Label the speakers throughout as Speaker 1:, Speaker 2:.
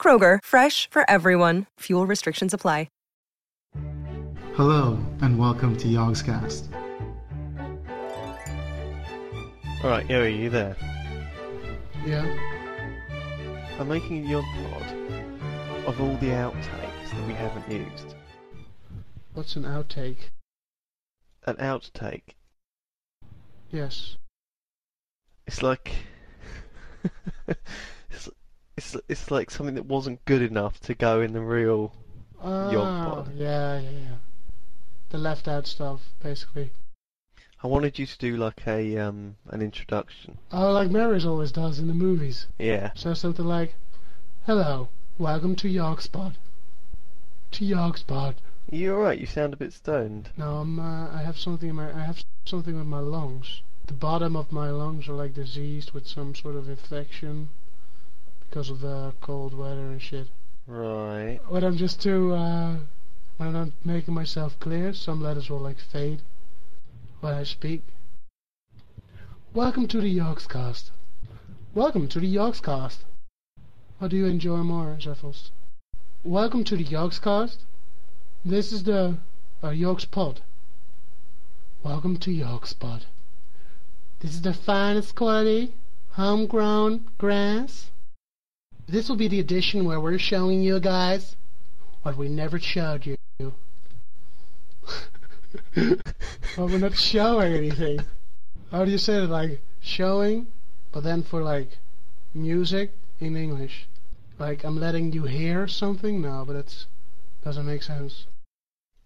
Speaker 1: Kroger, fresh for everyone. Fuel restrictions apply.
Speaker 2: Hello, and welcome to Yogscast.
Speaker 3: Alright, Yuri, you there?
Speaker 2: Yeah.
Speaker 3: I'm making a Yogpod of all the outtakes that we haven't used.
Speaker 2: What's an outtake?
Speaker 3: An outtake.
Speaker 2: Yes.
Speaker 3: It's like. it's, it's, it's like something that wasn't good enough to go in the real.
Speaker 2: Oh,
Speaker 3: Yogbot.
Speaker 2: yeah, yeah, yeah. The left out stuff, basically.
Speaker 3: I wanted you to do like a um an introduction.
Speaker 2: Oh, like Mary's always does in the movies.
Speaker 3: Yeah.
Speaker 2: So something like, Hello, welcome to Yogspot. To Yogspot.
Speaker 3: You alright? You sound a bit stoned.
Speaker 2: No, I'm, uh, I have something in my, I have something with my lungs. The bottom of my lungs are like diseased with some sort of infection because of the cold weather and shit.
Speaker 3: Right.
Speaker 2: when I'm just too uh, when I'm not making myself clear, some letters will like fade when I speak. Welcome to the Yogscast. Welcome to the Yogscast. What do you enjoy more, Zeffels? Welcome to the Yogscast. This is the uh, Yogs Pod. Welcome to Yogs Pod. This is the finest quality homegrown grass. This will be the edition where we're showing you guys what we never showed you. well, we're not showing anything. How do you say it? Like showing, but then for like music in English. Like I'm letting you hear something? No, but it doesn't make sense.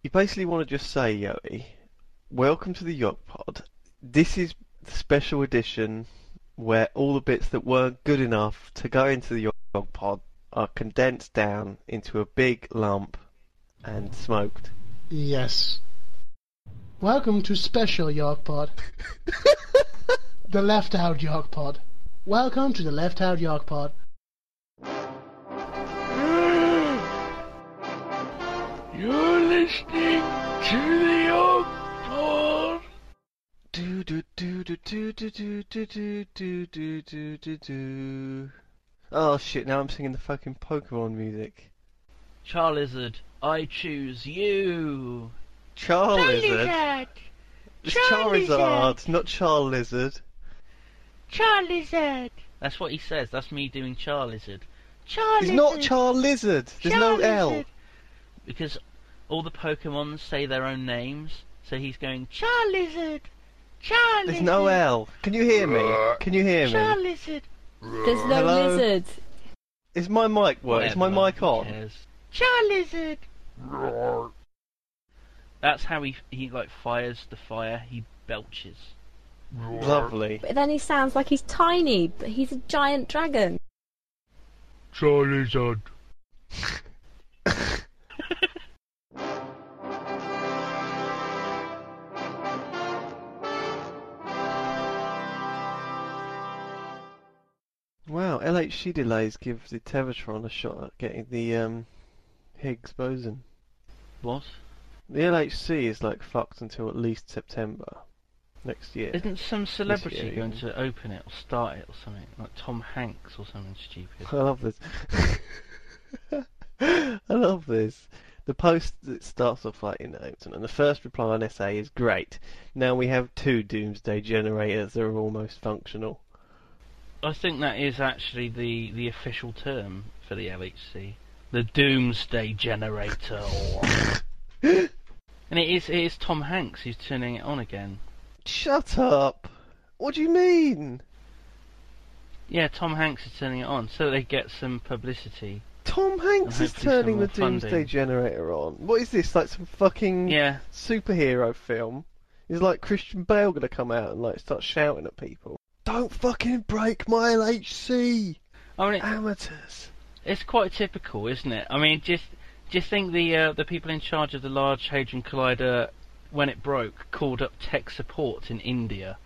Speaker 3: You basically want to just say, Yoti, welcome to the Yogpod. This is the special edition where all the bits that weren't good enough to go into the Yogpod are condensed down into a big lump and smoked.
Speaker 2: Yes. Welcome to Special York Pod. the Left Out York Pod. Welcome to the Left Out York Pod.
Speaker 3: You're listening to the Yogpod. Do do do do do do do do do do do do do do. Oh shit! Now I'm singing the fucking Pokemon music.
Speaker 4: Charlizard, I choose you.
Speaker 3: Charlizard. It's Charizard, not Charlizard.
Speaker 5: Charlizard!
Speaker 4: That's what he says. That's me doing Charlizard.
Speaker 5: Charlizard!
Speaker 3: It's not Charlizard. There's no L.
Speaker 5: Charlizard.
Speaker 4: Because all the Pokemon say their own names, so he's going Ch-
Speaker 5: Charlizard! Charlizard!
Speaker 3: There's no L. Can you hear me? Can you hear me?
Speaker 5: Charlizard!
Speaker 6: There's no
Speaker 3: Hello?
Speaker 6: lizard.
Speaker 3: Is my mic work? Is my
Speaker 4: whatever,
Speaker 3: mic
Speaker 4: who
Speaker 3: on?
Speaker 4: cares?
Speaker 5: Charlizard!
Speaker 4: That's how he he like fires the fire. He belches.
Speaker 3: Lovely.
Speaker 6: But then he sounds like he's tiny, but he's a giant dragon.
Speaker 7: Charizard.
Speaker 3: Wow, LHC delays give the Tevatron a shot at getting the um, Higgs boson.
Speaker 4: What?
Speaker 3: The LHC is like fucked until at least September next year.
Speaker 4: Isn't some celebrity
Speaker 3: year,
Speaker 4: going
Speaker 3: yeah.
Speaker 4: to open it or start it or something? Like Tom Hanks or something stupid.
Speaker 3: I love this. I love this. The post that starts off like, you know, and the first reply on SA is great. Now we have two doomsday generators that are almost functional.
Speaker 4: I think that is actually the the official term for the LHC, the Doomsday Generator. and it is it is Tom Hanks who's turning it on again.
Speaker 3: Shut up! What do you mean?
Speaker 4: Yeah, Tom Hanks is turning it on so they get some publicity.
Speaker 3: Tom Hanks
Speaker 4: And
Speaker 3: is
Speaker 4: hopefully some
Speaker 3: turning the
Speaker 4: more
Speaker 3: doomsday
Speaker 4: funding.
Speaker 3: generator on. What is this? Like some fucking
Speaker 4: Yeah,
Speaker 3: superhero film? Is like Christian Bale gonna come out and like start shouting at people? Don't fucking break my LHC,
Speaker 4: I mean, it,
Speaker 3: amateurs!
Speaker 4: It's quite typical, isn't it? I mean, just do you think the uh, the people in charge of the Large Hadron Collider, when it broke, called up tech support in India,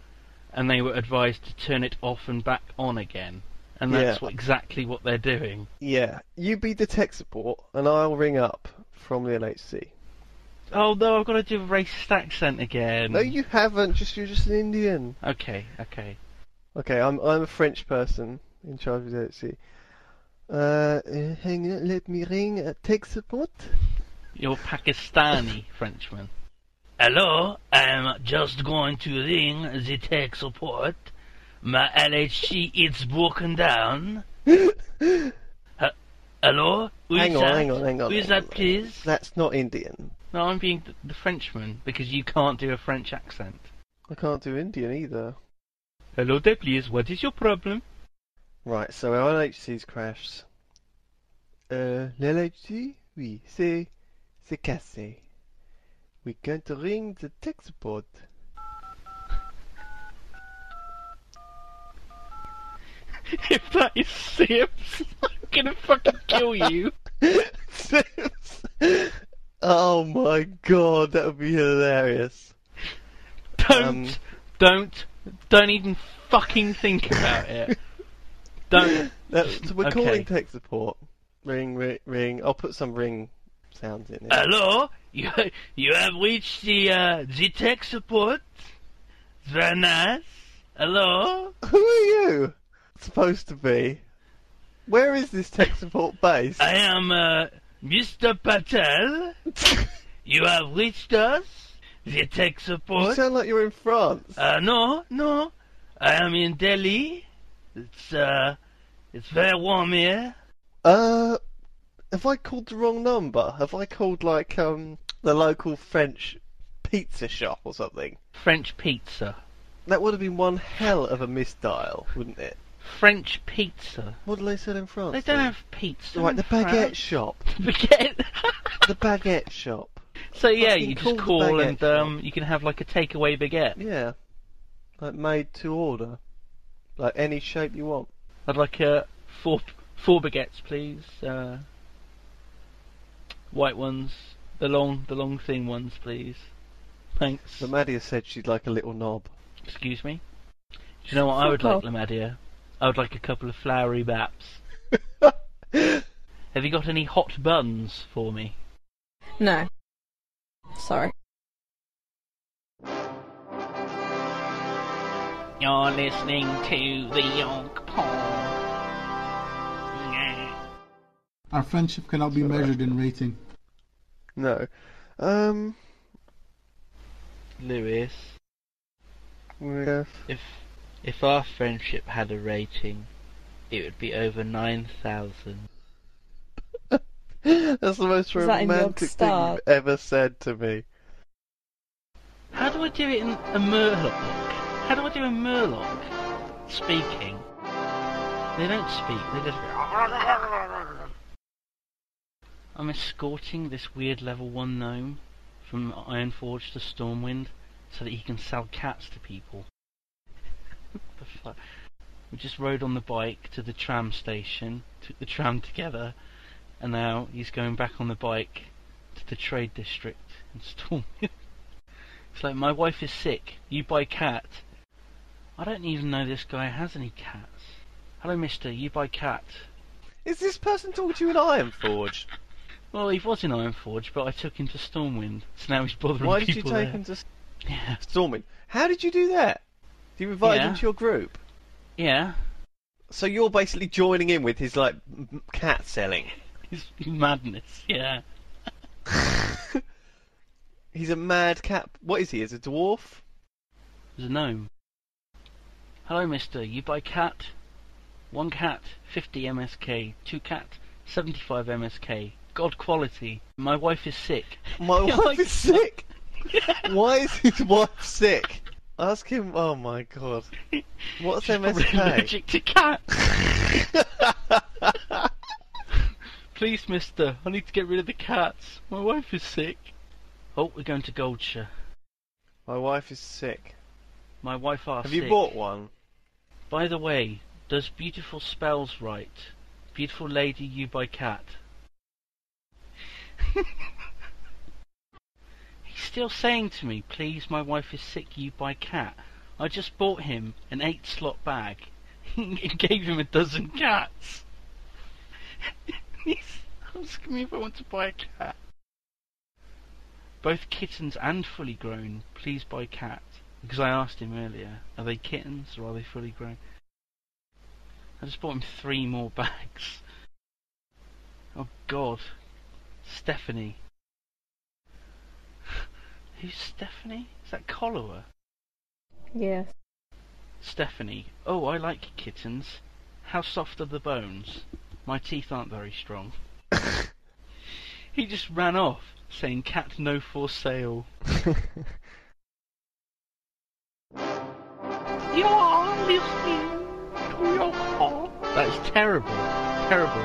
Speaker 4: and they were advised to turn it off and back on again, and that's
Speaker 3: Yeah.
Speaker 4: what, exactly what they're doing.
Speaker 3: Yeah, you be the tech support, and I'll ring up from the NHC.
Speaker 4: Oh no, I've got to do a racist accent again.
Speaker 3: No, you haven't. Just you're just an Indian.
Speaker 4: Okay, okay.
Speaker 3: Okay, I'm I'm a French person in charge of the NHC. Uh, uh, hang on, let me ring uh, tech support.
Speaker 4: You're Pakistani Frenchman. Hello, I'm just going to ring the tech support. My LHC it's broken down. H- Hello? Who is
Speaker 3: hang on,
Speaker 4: that?
Speaker 3: hang on, hang on.
Speaker 4: Who is
Speaker 3: hang
Speaker 4: that,
Speaker 3: on.
Speaker 4: please?
Speaker 3: That's not Indian.
Speaker 4: No, I'm being th- the Frenchman because you can't do a French accent.
Speaker 3: I can't do Indian either.
Speaker 4: Hello there, please. What is your problem?
Speaker 3: Right, so our LHC's crashed. Euh, l'LHC, oui, c'est, c'est cassé. We can't ring the tech support.
Speaker 4: if that is Sips, I'm gonna fucking kill you.
Speaker 3: oh my god, that would be hilarious.
Speaker 4: Don't,
Speaker 3: Um.
Speaker 4: don't, don't even fucking think about it. Don't.
Speaker 3: That's, we're
Speaker 4: Okay.
Speaker 3: calling tech support. Ring, ring, ring. I'll put some ring sounds in it.
Speaker 4: Hello, you you have reached the uh, the tech support. Very nice. Hello.
Speaker 3: Who are you supposed to be? Where is this tech support base?
Speaker 4: I am uh, Mr. Patel. You have reached us, the tech
Speaker 3: You
Speaker 4: support.
Speaker 3: sound like you're in France.
Speaker 4: Uh, no, no. I am in Delhi. It's uh, it's very warm here.
Speaker 3: Uh, have I called the wrong number? Have I called like um the local French pizza shop or something?
Speaker 4: French pizza.
Speaker 3: That would have been one hell of a misdial, wouldn't it?
Speaker 4: French pizza.
Speaker 3: What do they sell in France?
Speaker 4: They don't
Speaker 3: then?
Speaker 4: have pizza.
Speaker 3: right
Speaker 4: in
Speaker 3: the baguette
Speaker 4: France.
Speaker 3: shop.
Speaker 4: Baguette.
Speaker 3: The baguette shop.
Speaker 4: so yeah,
Speaker 3: Fucking
Speaker 4: you just
Speaker 3: call the
Speaker 4: call
Speaker 3: baguette
Speaker 4: and um, you can have like a takeaway baguette,
Speaker 3: Yeah, like made to order, like any shape you want.
Speaker 4: I'd like uh, four four baguettes, please. Uh, white ones, the long the long thin ones, please. Thanks.
Speaker 3: But Maddie has said she'd like a little knob.
Speaker 4: Excuse me. Do you know what I would like,
Speaker 6: Fuck off.
Speaker 4: Lamadia? I would like a couple of flowery baps. Have you got any hot buns for me?
Speaker 6: No. Sorry.
Speaker 4: You're listening to the York Pod. Yeah.
Speaker 8: Our friendship cannot be measured in rating.
Speaker 3: No. Um.
Speaker 4: Lewis,
Speaker 3: Yeah.
Speaker 4: if if our friendship had a rating, it would be over nine thousand.
Speaker 3: That's the most
Speaker 6: Is that
Speaker 3: romantic
Speaker 6: in York
Speaker 3: thing
Speaker 6: Star?
Speaker 3: you've ever said to me.
Speaker 4: How do I do it in a murloc? How do I do a murloc? Speaking. They don't speak. They just. go, I'm escorting this weird level one gnome from Ironforge to Stormwind so that he can sell cats to people. what the fuck? We just rode on the bike to the tram station, took the tram together, and now he's going back on the bike to the trade district in Stormwind. It's like my wife is sick. You buy cat. I don't even know this guy has any cats. Hello, Mister. You buy cat.
Speaker 3: Is this person talking to you in Ironforge?
Speaker 4: Well, he was in Ironforge, but I took him to Stormwind, so now he's bothering
Speaker 3: Why did you
Speaker 4: people
Speaker 3: take
Speaker 4: there.
Speaker 3: him to S-
Speaker 4: Yeah,
Speaker 3: Stormy? How did you do that? You invited
Speaker 4: Yeah.
Speaker 3: him to your group.
Speaker 4: yeah.
Speaker 3: So you're basically joining in with his like m- m- cat selling.
Speaker 4: It's madness. Yeah,
Speaker 3: He's a mad cat. What is he? Is a dwarf?
Speaker 4: there's a gnome. Hello, Mister. You buy cat. One cat, 50 MSK. Two cat, 75 MSK. God quality. My wife is sick.
Speaker 3: My
Speaker 4: You're
Speaker 3: wife
Speaker 4: like-
Speaker 3: is sick. Why is his wife sick? Ask him. Oh my god. What's
Speaker 4: She's probably
Speaker 3: MSK?
Speaker 4: Allergic to cats. Please, mister, I need to get rid of the cats. My wife is sick. Oh, we're going to Goldshire.
Speaker 3: My wife is sick.
Speaker 4: My wife asked.
Speaker 3: Have you bought one?
Speaker 4: By the way, does beautiful spells right Beautiful lady, you by cat. He's still saying to me, please, my wife is sick, you by cat. I just bought him an eight slot bag and gave him a dozen cats. He's asking me if I want to buy a cat. Both kittens and fully grown, please buy cat. Because I asked him earlier, are they kittens or are they fully grown? I just bought him three more bags. Oh god. Stephanie. Who's Stephanie? Is that Collower?
Speaker 6: Yes.
Speaker 4: Stephanie. Oh, I like kittens. How soft are the bones? My teeth aren't very strong. he just ran off, saying cat no for sale. You're listening to your call. That is terrible. Terrible.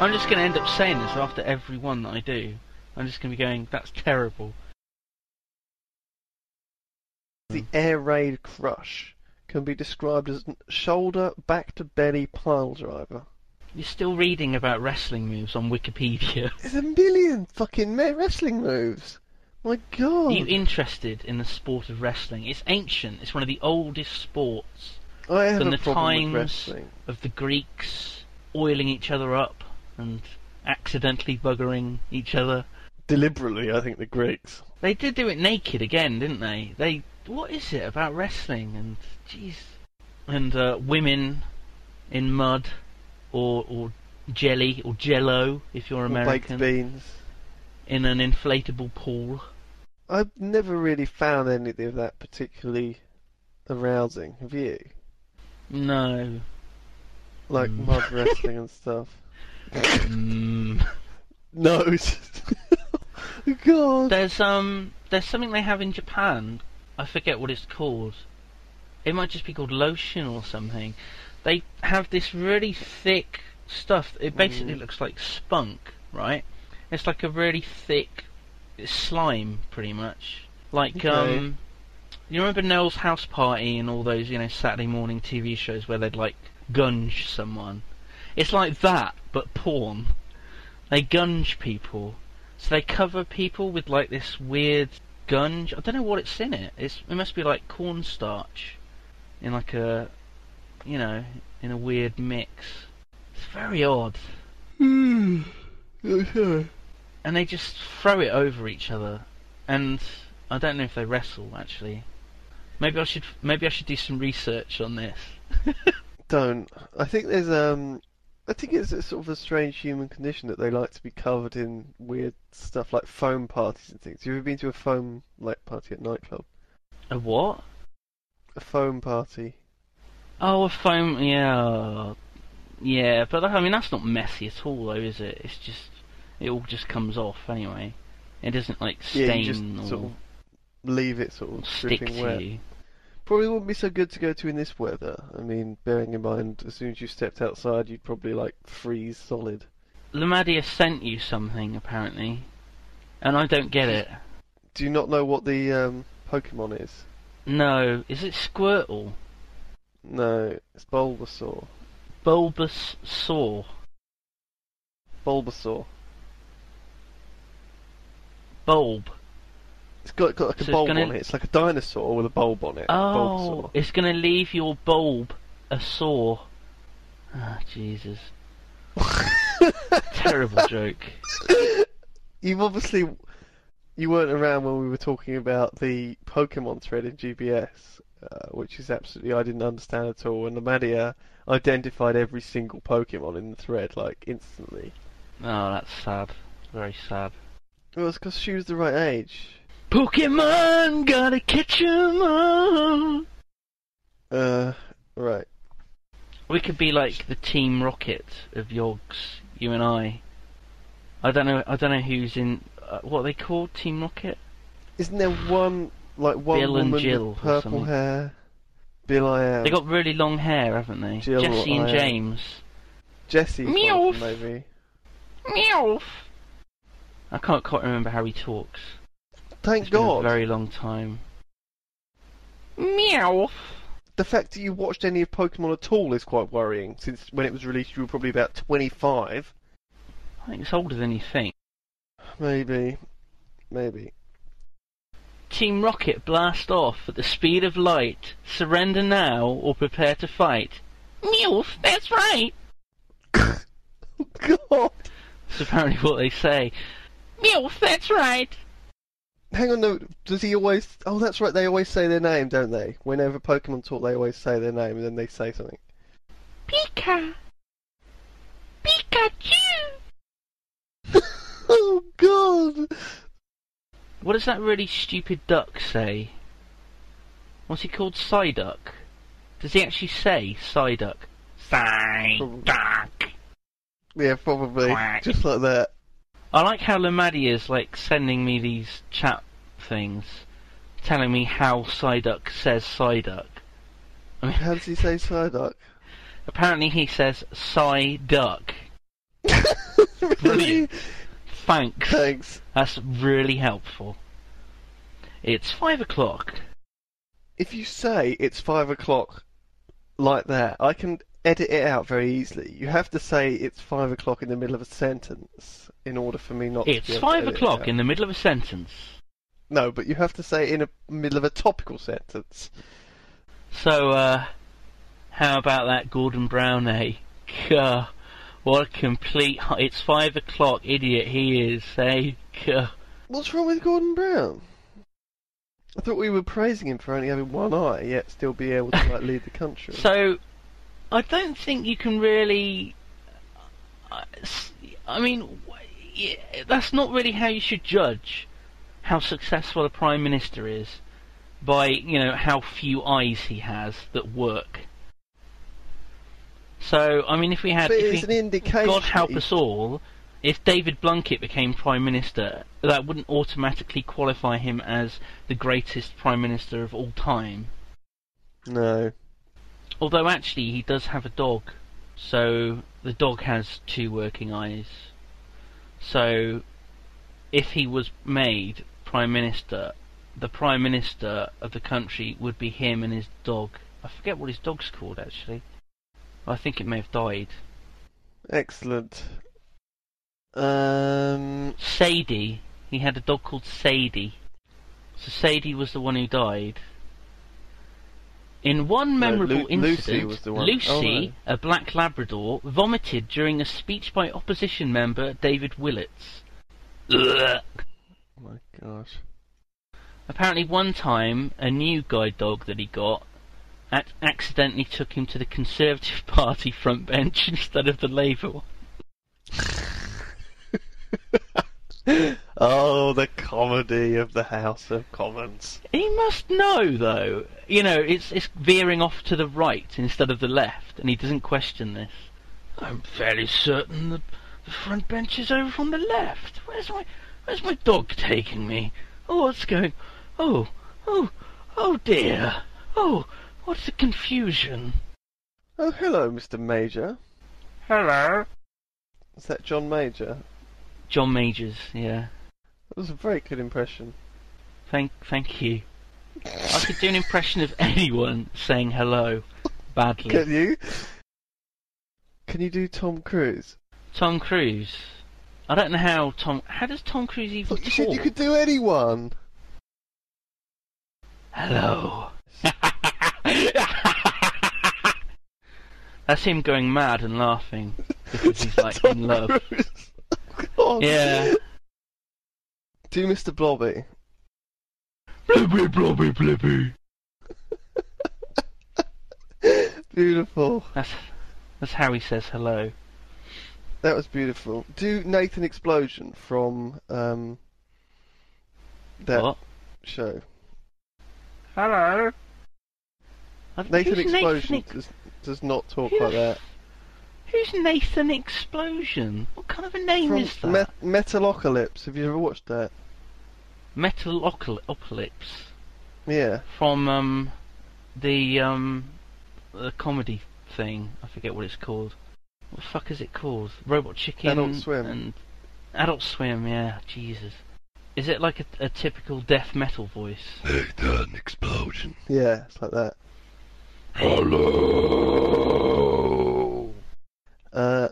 Speaker 4: I'm just going to end up saying this after every one that I do. I'm just going to be going, that's terrible.
Speaker 3: The air raid crush can be described as n- shoulder back to belly pile driver.
Speaker 4: You're still reading about wrestling moves on Wikipedia.
Speaker 3: There's a million fucking ma- wrestling moves. My
Speaker 4: Are
Speaker 3: god.
Speaker 4: you interested in the sport of wrestling? It's ancient. It's one of the oldest sports
Speaker 3: I have
Speaker 4: from
Speaker 3: a
Speaker 4: the
Speaker 3: problem
Speaker 4: times
Speaker 3: with wrestling.
Speaker 4: of the Greeks oiling each other up and accidentally buggering each other.
Speaker 3: Deliberately, I think the Greeks.
Speaker 4: They did do it naked again, didn't they? They what is it about wrestling and jeez and uh, women in mud or or jelly or jello if you're
Speaker 3: Or
Speaker 4: American
Speaker 3: Baked beans.
Speaker 4: in an inflatable pool.
Speaker 3: I've never really found any of that particularly arousing. Have you?
Speaker 4: No.
Speaker 3: Like
Speaker 4: Mm.
Speaker 3: mud wrestling and stuff.
Speaker 4: Mm.
Speaker 3: No. God.
Speaker 4: There's um there's something they have in Japan. I forget what it's called. It might just be called lotion or something. They have this really thick stuff. It basically
Speaker 3: Mm.
Speaker 4: looks like spunk, right? It's like a really thick slime, pretty much. Like
Speaker 3: Okay.
Speaker 4: um, you remember Noel's house party and all those you know Saturday morning TV shows where they'd like gunge someone. It's like that, but porn. They gunge people. So they cover people with like this weird gunge. I don't know what it's in it. It's it must be like cornstarch, in like a, you know, in a weird mix. It's very odd. And they just throw it over each other, and I don't know if they wrestle actually. Maybe I should maybe I should do some research on this.
Speaker 3: don't. I think there's um, I think it's a sort of a strange human condition that they like to be covered in weird stuff like foam parties and things. You ever been to a foam like party at nightclub?
Speaker 4: A what?
Speaker 3: A foam party.
Speaker 4: Oh, a foam. Yeah, yeah. But I mean, that's not messy at all, though, is it? It's just it all just comes off anyway. It doesn't like
Speaker 3: Yeah, you
Speaker 4: stain
Speaker 3: just
Speaker 4: or,
Speaker 3: sort of leave it sort
Speaker 4: or
Speaker 3: of
Speaker 4: stick
Speaker 3: dripping
Speaker 4: to
Speaker 3: wet.
Speaker 4: you.
Speaker 3: Probably wouldn't be so good to go to in this weather. I mean, bearing in mind, as soon as you stepped outside, you'd probably like freeze solid.
Speaker 4: Lamadia sent you something apparently, and I don't get it.
Speaker 3: Do you not know what the um, Pokemon is?
Speaker 4: No, is it Squirtle?
Speaker 3: No, it's Bulbasaur.
Speaker 4: Bulbous Saw.
Speaker 3: Bulbasaur.
Speaker 4: Bulb.
Speaker 3: It's got, got like a
Speaker 4: So it's
Speaker 3: bulb
Speaker 4: gonna-
Speaker 3: on it. It's like a dinosaur with a bulb on it.
Speaker 4: Oh, it's gonna leave your bulb a sore. Ah, Jesus.
Speaker 3: Bulbasaur.
Speaker 4: Oh. Terrible joke.
Speaker 3: You've obviously you weren't around when we were talking about the Pokemon thread in GBS, uh, which is absolutely I didn't understand at all. And Amadia identified every single Pokemon in the thread like instantly.
Speaker 4: Oh, that's sad. Very sad.
Speaker 3: Well, it's because she was the right age.
Speaker 4: Pokemon, gotta catch 'em all.
Speaker 3: Uh, right.
Speaker 4: We could be like the Team Rocket of Yogs, you and I. I don't know. I don't know who's in. Uh, what are they called? Team Rocket.
Speaker 3: Isn't there one like one
Speaker 4: Bill and
Speaker 3: woman
Speaker 4: Jill or
Speaker 3: with purple
Speaker 4: something.
Speaker 3: hair? Bill, I am.
Speaker 4: They got really long hair, haven't they?
Speaker 3: Um, Jill
Speaker 4: Jesse and
Speaker 3: or I-
Speaker 4: James.
Speaker 3: Jesse's one of them,
Speaker 4: Meowth.
Speaker 3: maybe.
Speaker 4: Meow. I can't quite remember how he talks.
Speaker 3: Thank
Speaker 4: It's been a
Speaker 3: God.
Speaker 4: very long time. Meow.
Speaker 3: the fact that you watched any of Pokemon at all is quite worrying, since when it was released you were probably about 25.
Speaker 4: I think it's older than you think.
Speaker 3: Maybe. Maybe.
Speaker 4: Team Rocket blast off at the speed of light. Surrender now or prepare to fight. Meowth, that's right.
Speaker 3: God!
Speaker 4: That's apparently what they say. Meowth, that's right.
Speaker 3: Hang on, no, does he always... Oh, that's right, they always say their name, don't they? Whenever Pokemon talk, they always say their name, and then they say something.
Speaker 5: Pika. Pikachu.
Speaker 3: oh, God!
Speaker 4: What does that really stupid duck say? What's he called? Psyduck? Does he actually say Psyduck? Psyduck!
Speaker 3: Yeah, probably.
Speaker 4: Quack.
Speaker 3: Just like that.
Speaker 4: I like how Lamaddy is like sending me these chat things, telling me how Psyduck says Psyduck. I mean,
Speaker 3: How does he say Psyduck?
Speaker 4: apparently he says Psyduck.
Speaker 3: really?
Speaker 4: Brilliant. Thanks.
Speaker 3: Thanks.
Speaker 4: That's really helpful. It's five o'clock.
Speaker 3: If you say it's five o'clock like that, I can edit it out very easily. You have to say it's five o'clock in the middle of a sentence in order for me not to.
Speaker 4: It's five o'clock in the middle of a sentence.
Speaker 3: No, but you have to say it in the middle of a topical sentence.
Speaker 4: So, uh, how about that Gordon Brown, eh? Gah, what a complete. It's five o'clock, idiot he is, eh? Gah.
Speaker 3: What's wrong with Gordon Brown? I thought we were praising him for only having one eye, yet still be able to like lead the country.
Speaker 4: So, I don't think you can really. I- I mean, wh- yeah, that's not really how you should judge how successful a prime minister is by you know how few eyes he has that work. So, I mean, if we had,
Speaker 3: but
Speaker 4: if
Speaker 3: it's
Speaker 4: we-
Speaker 3: an indication.
Speaker 4: God help
Speaker 3: that he-
Speaker 4: us all. If David Blunkett became Prime Minister, that wouldn't automatically qualify him as the greatest Prime Minister of all time.
Speaker 3: No.
Speaker 4: Although, actually, he does have a dog. So, the dog has two working eyes. So, if he was made Prime Minister, the Prime Minister of the country would be him and his dog. I forget what his dog's called, actually. I think it may have died.
Speaker 3: Excellent. Um.
Speaker 4: Sadie. He had a dog called Sadie. So Sadie was the one who died. In one
Speaker 3: No, Lu-
Speaker 4: memorable
Speaker 3: Lucy
Speaker 4: incident,
Speaker 3: was the one-
Speaker 4: Lucy,
Speaker 3: oh,
Speaker 4: a black Labrador, vomited during a speech by opposition member David Willits. Ugh.
Speaker 3: Oh my gosh.
Speaker 4: Apparently, one time, a new guide dog that he got ac- accidentally took him to the Conservative Party front bench instead of the Labour one.
Speaker 3: oh, the comedy of the House of Commons.
Speaker 4: He must know, though. You know, it's it's veering off to the right instead of the left, and he doesn't question this. I'm fairly certain the, the front bench is over on the left. Where's my Where's my dog taking me? Oh, what's going? Oh, oh, oh dear. Oh, what's the confusion?
Speaker 3: Oh, hello, Mr. Major.
Speaker 4: Hello,
Speaker 3: Is that John Major?
Speaker 4: John Majors. Yeah,
Speaker 3: That was a very good impression.
Speaker 4: thank thank you. I could do an impression of anyone saying hello badly.
Speaker 3: Can you? Can you do Tom Cruise?
Speaker 4: Tom Cruise. I don't know how Tom. How does Tom Cruise even
Speaker 3: But you
Speaker 4: talk?
Speaker 3: said you could do anyone.
Speaker 4: Hello. That's him going mad and laughing because he's like in love.
Speaker 3: Cruise. God.
Speaker 4: Yeah.
Speaker 3: Do Mr. Blobby.
Speaker 4: Blibby, blobby, blibby.
Speaker 3: beautiful.
Speaker 4: That's that's how he says hello.
Speaker 3: That was beautiful. Do Nathan Explosion from um that
Speaker 4: What?
Speaker 3: show.
Speaker 4: Hello.
Speaker 3: Nathan
Speaker 4: who's
Speaker 3: Explosion
Speaker 4: Nathan, Ex-
Speaker 3: does, does not talk
Speaker 4: Who
Speaker 3: like that.
Speaker 4: who's Nathan Explosion? What kind of a name
Speaker 3: From
Speaker 4: is that?
Speaker 3: Met- Metalocalypse. Have you ever watched that?
Speaker 4: Metalocalypse.
Speaker 3: Yeah.
Speaker 4: from um, the um, the comedy thing. I forget what it's called. What the fuck is it called? Robot Chicken.
Speaker 3: Adult Swim.
Speaker 4: And Adult Swim. Yeah, Jesus. Is it like a, a typical death metal voice?
Speaker 3: Yeah, it's like that. Hello. Uh,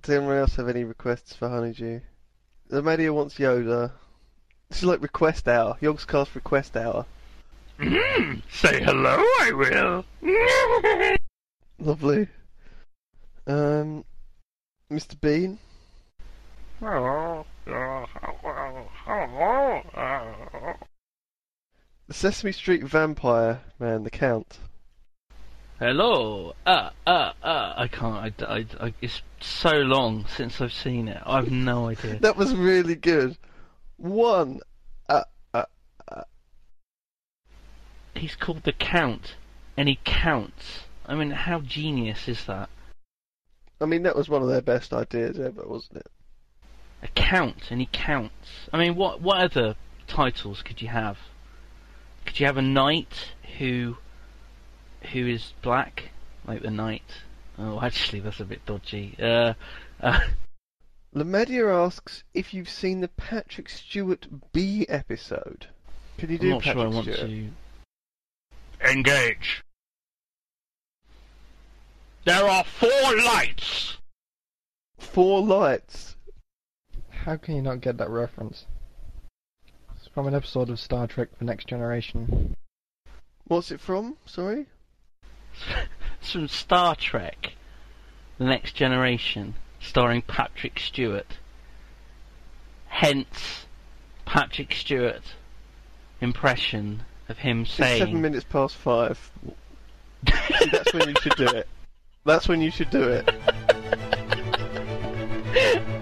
Speaker 3: does anyone else have any requests for Honeydew? The Madia wants Yoda. This is like request hour. Yogg's cast request hour.
Speaker 4: Mm, say hello, I will.
Speaker 3: Lovely. Um, Mr. Bean. The Sesame Street vampire man, the Count.
Speaker 4: Hello. Uh, uh, uh. I can't. I, I, I, it's so long since I've seen it. I've no idea.
Speaker 3: That was really good. One. Uh, uh, uh.
Speaker 4: He's called the Count, and he counts. I mean, how genius is that?
Speaker 3: I mean, that was one of their best ideas ever, wasn't it?
Speaker 4: A count, and he counts. I mean, what what other titles could you have? Could you have a knight who who is black, like the knight? Oh, actually, that's a bit dodgy. Uh, uh,
Speaker 3: Lamedia asks if you've seen the Patrick Stewart B episode. Can you
Speaker 4: I'm
Speaker 3: do
Speaker 4: not
Speaker 3: Patrick
Speaker 4: sure I want
Speaker 3: Stewart?
Speaker 4: to.
Speaker 7: Engage. There are four lights.
Speaker 3: Four lights.
Speaker 9: How can you not get that reference? It's from an episode of Star Trek: The Next Generation.
Speaker 3: What's it from? Sorry.
Speaker 4: It's from Star Trek: The Next Generation, starring Patrick Stewart. Hence, Patrick Stewart impression of him
Speaker 3: It's seven
Speaker 4: saying,
Speaker 3: minutes past five. See, that's when you should do it. That's when you should do it.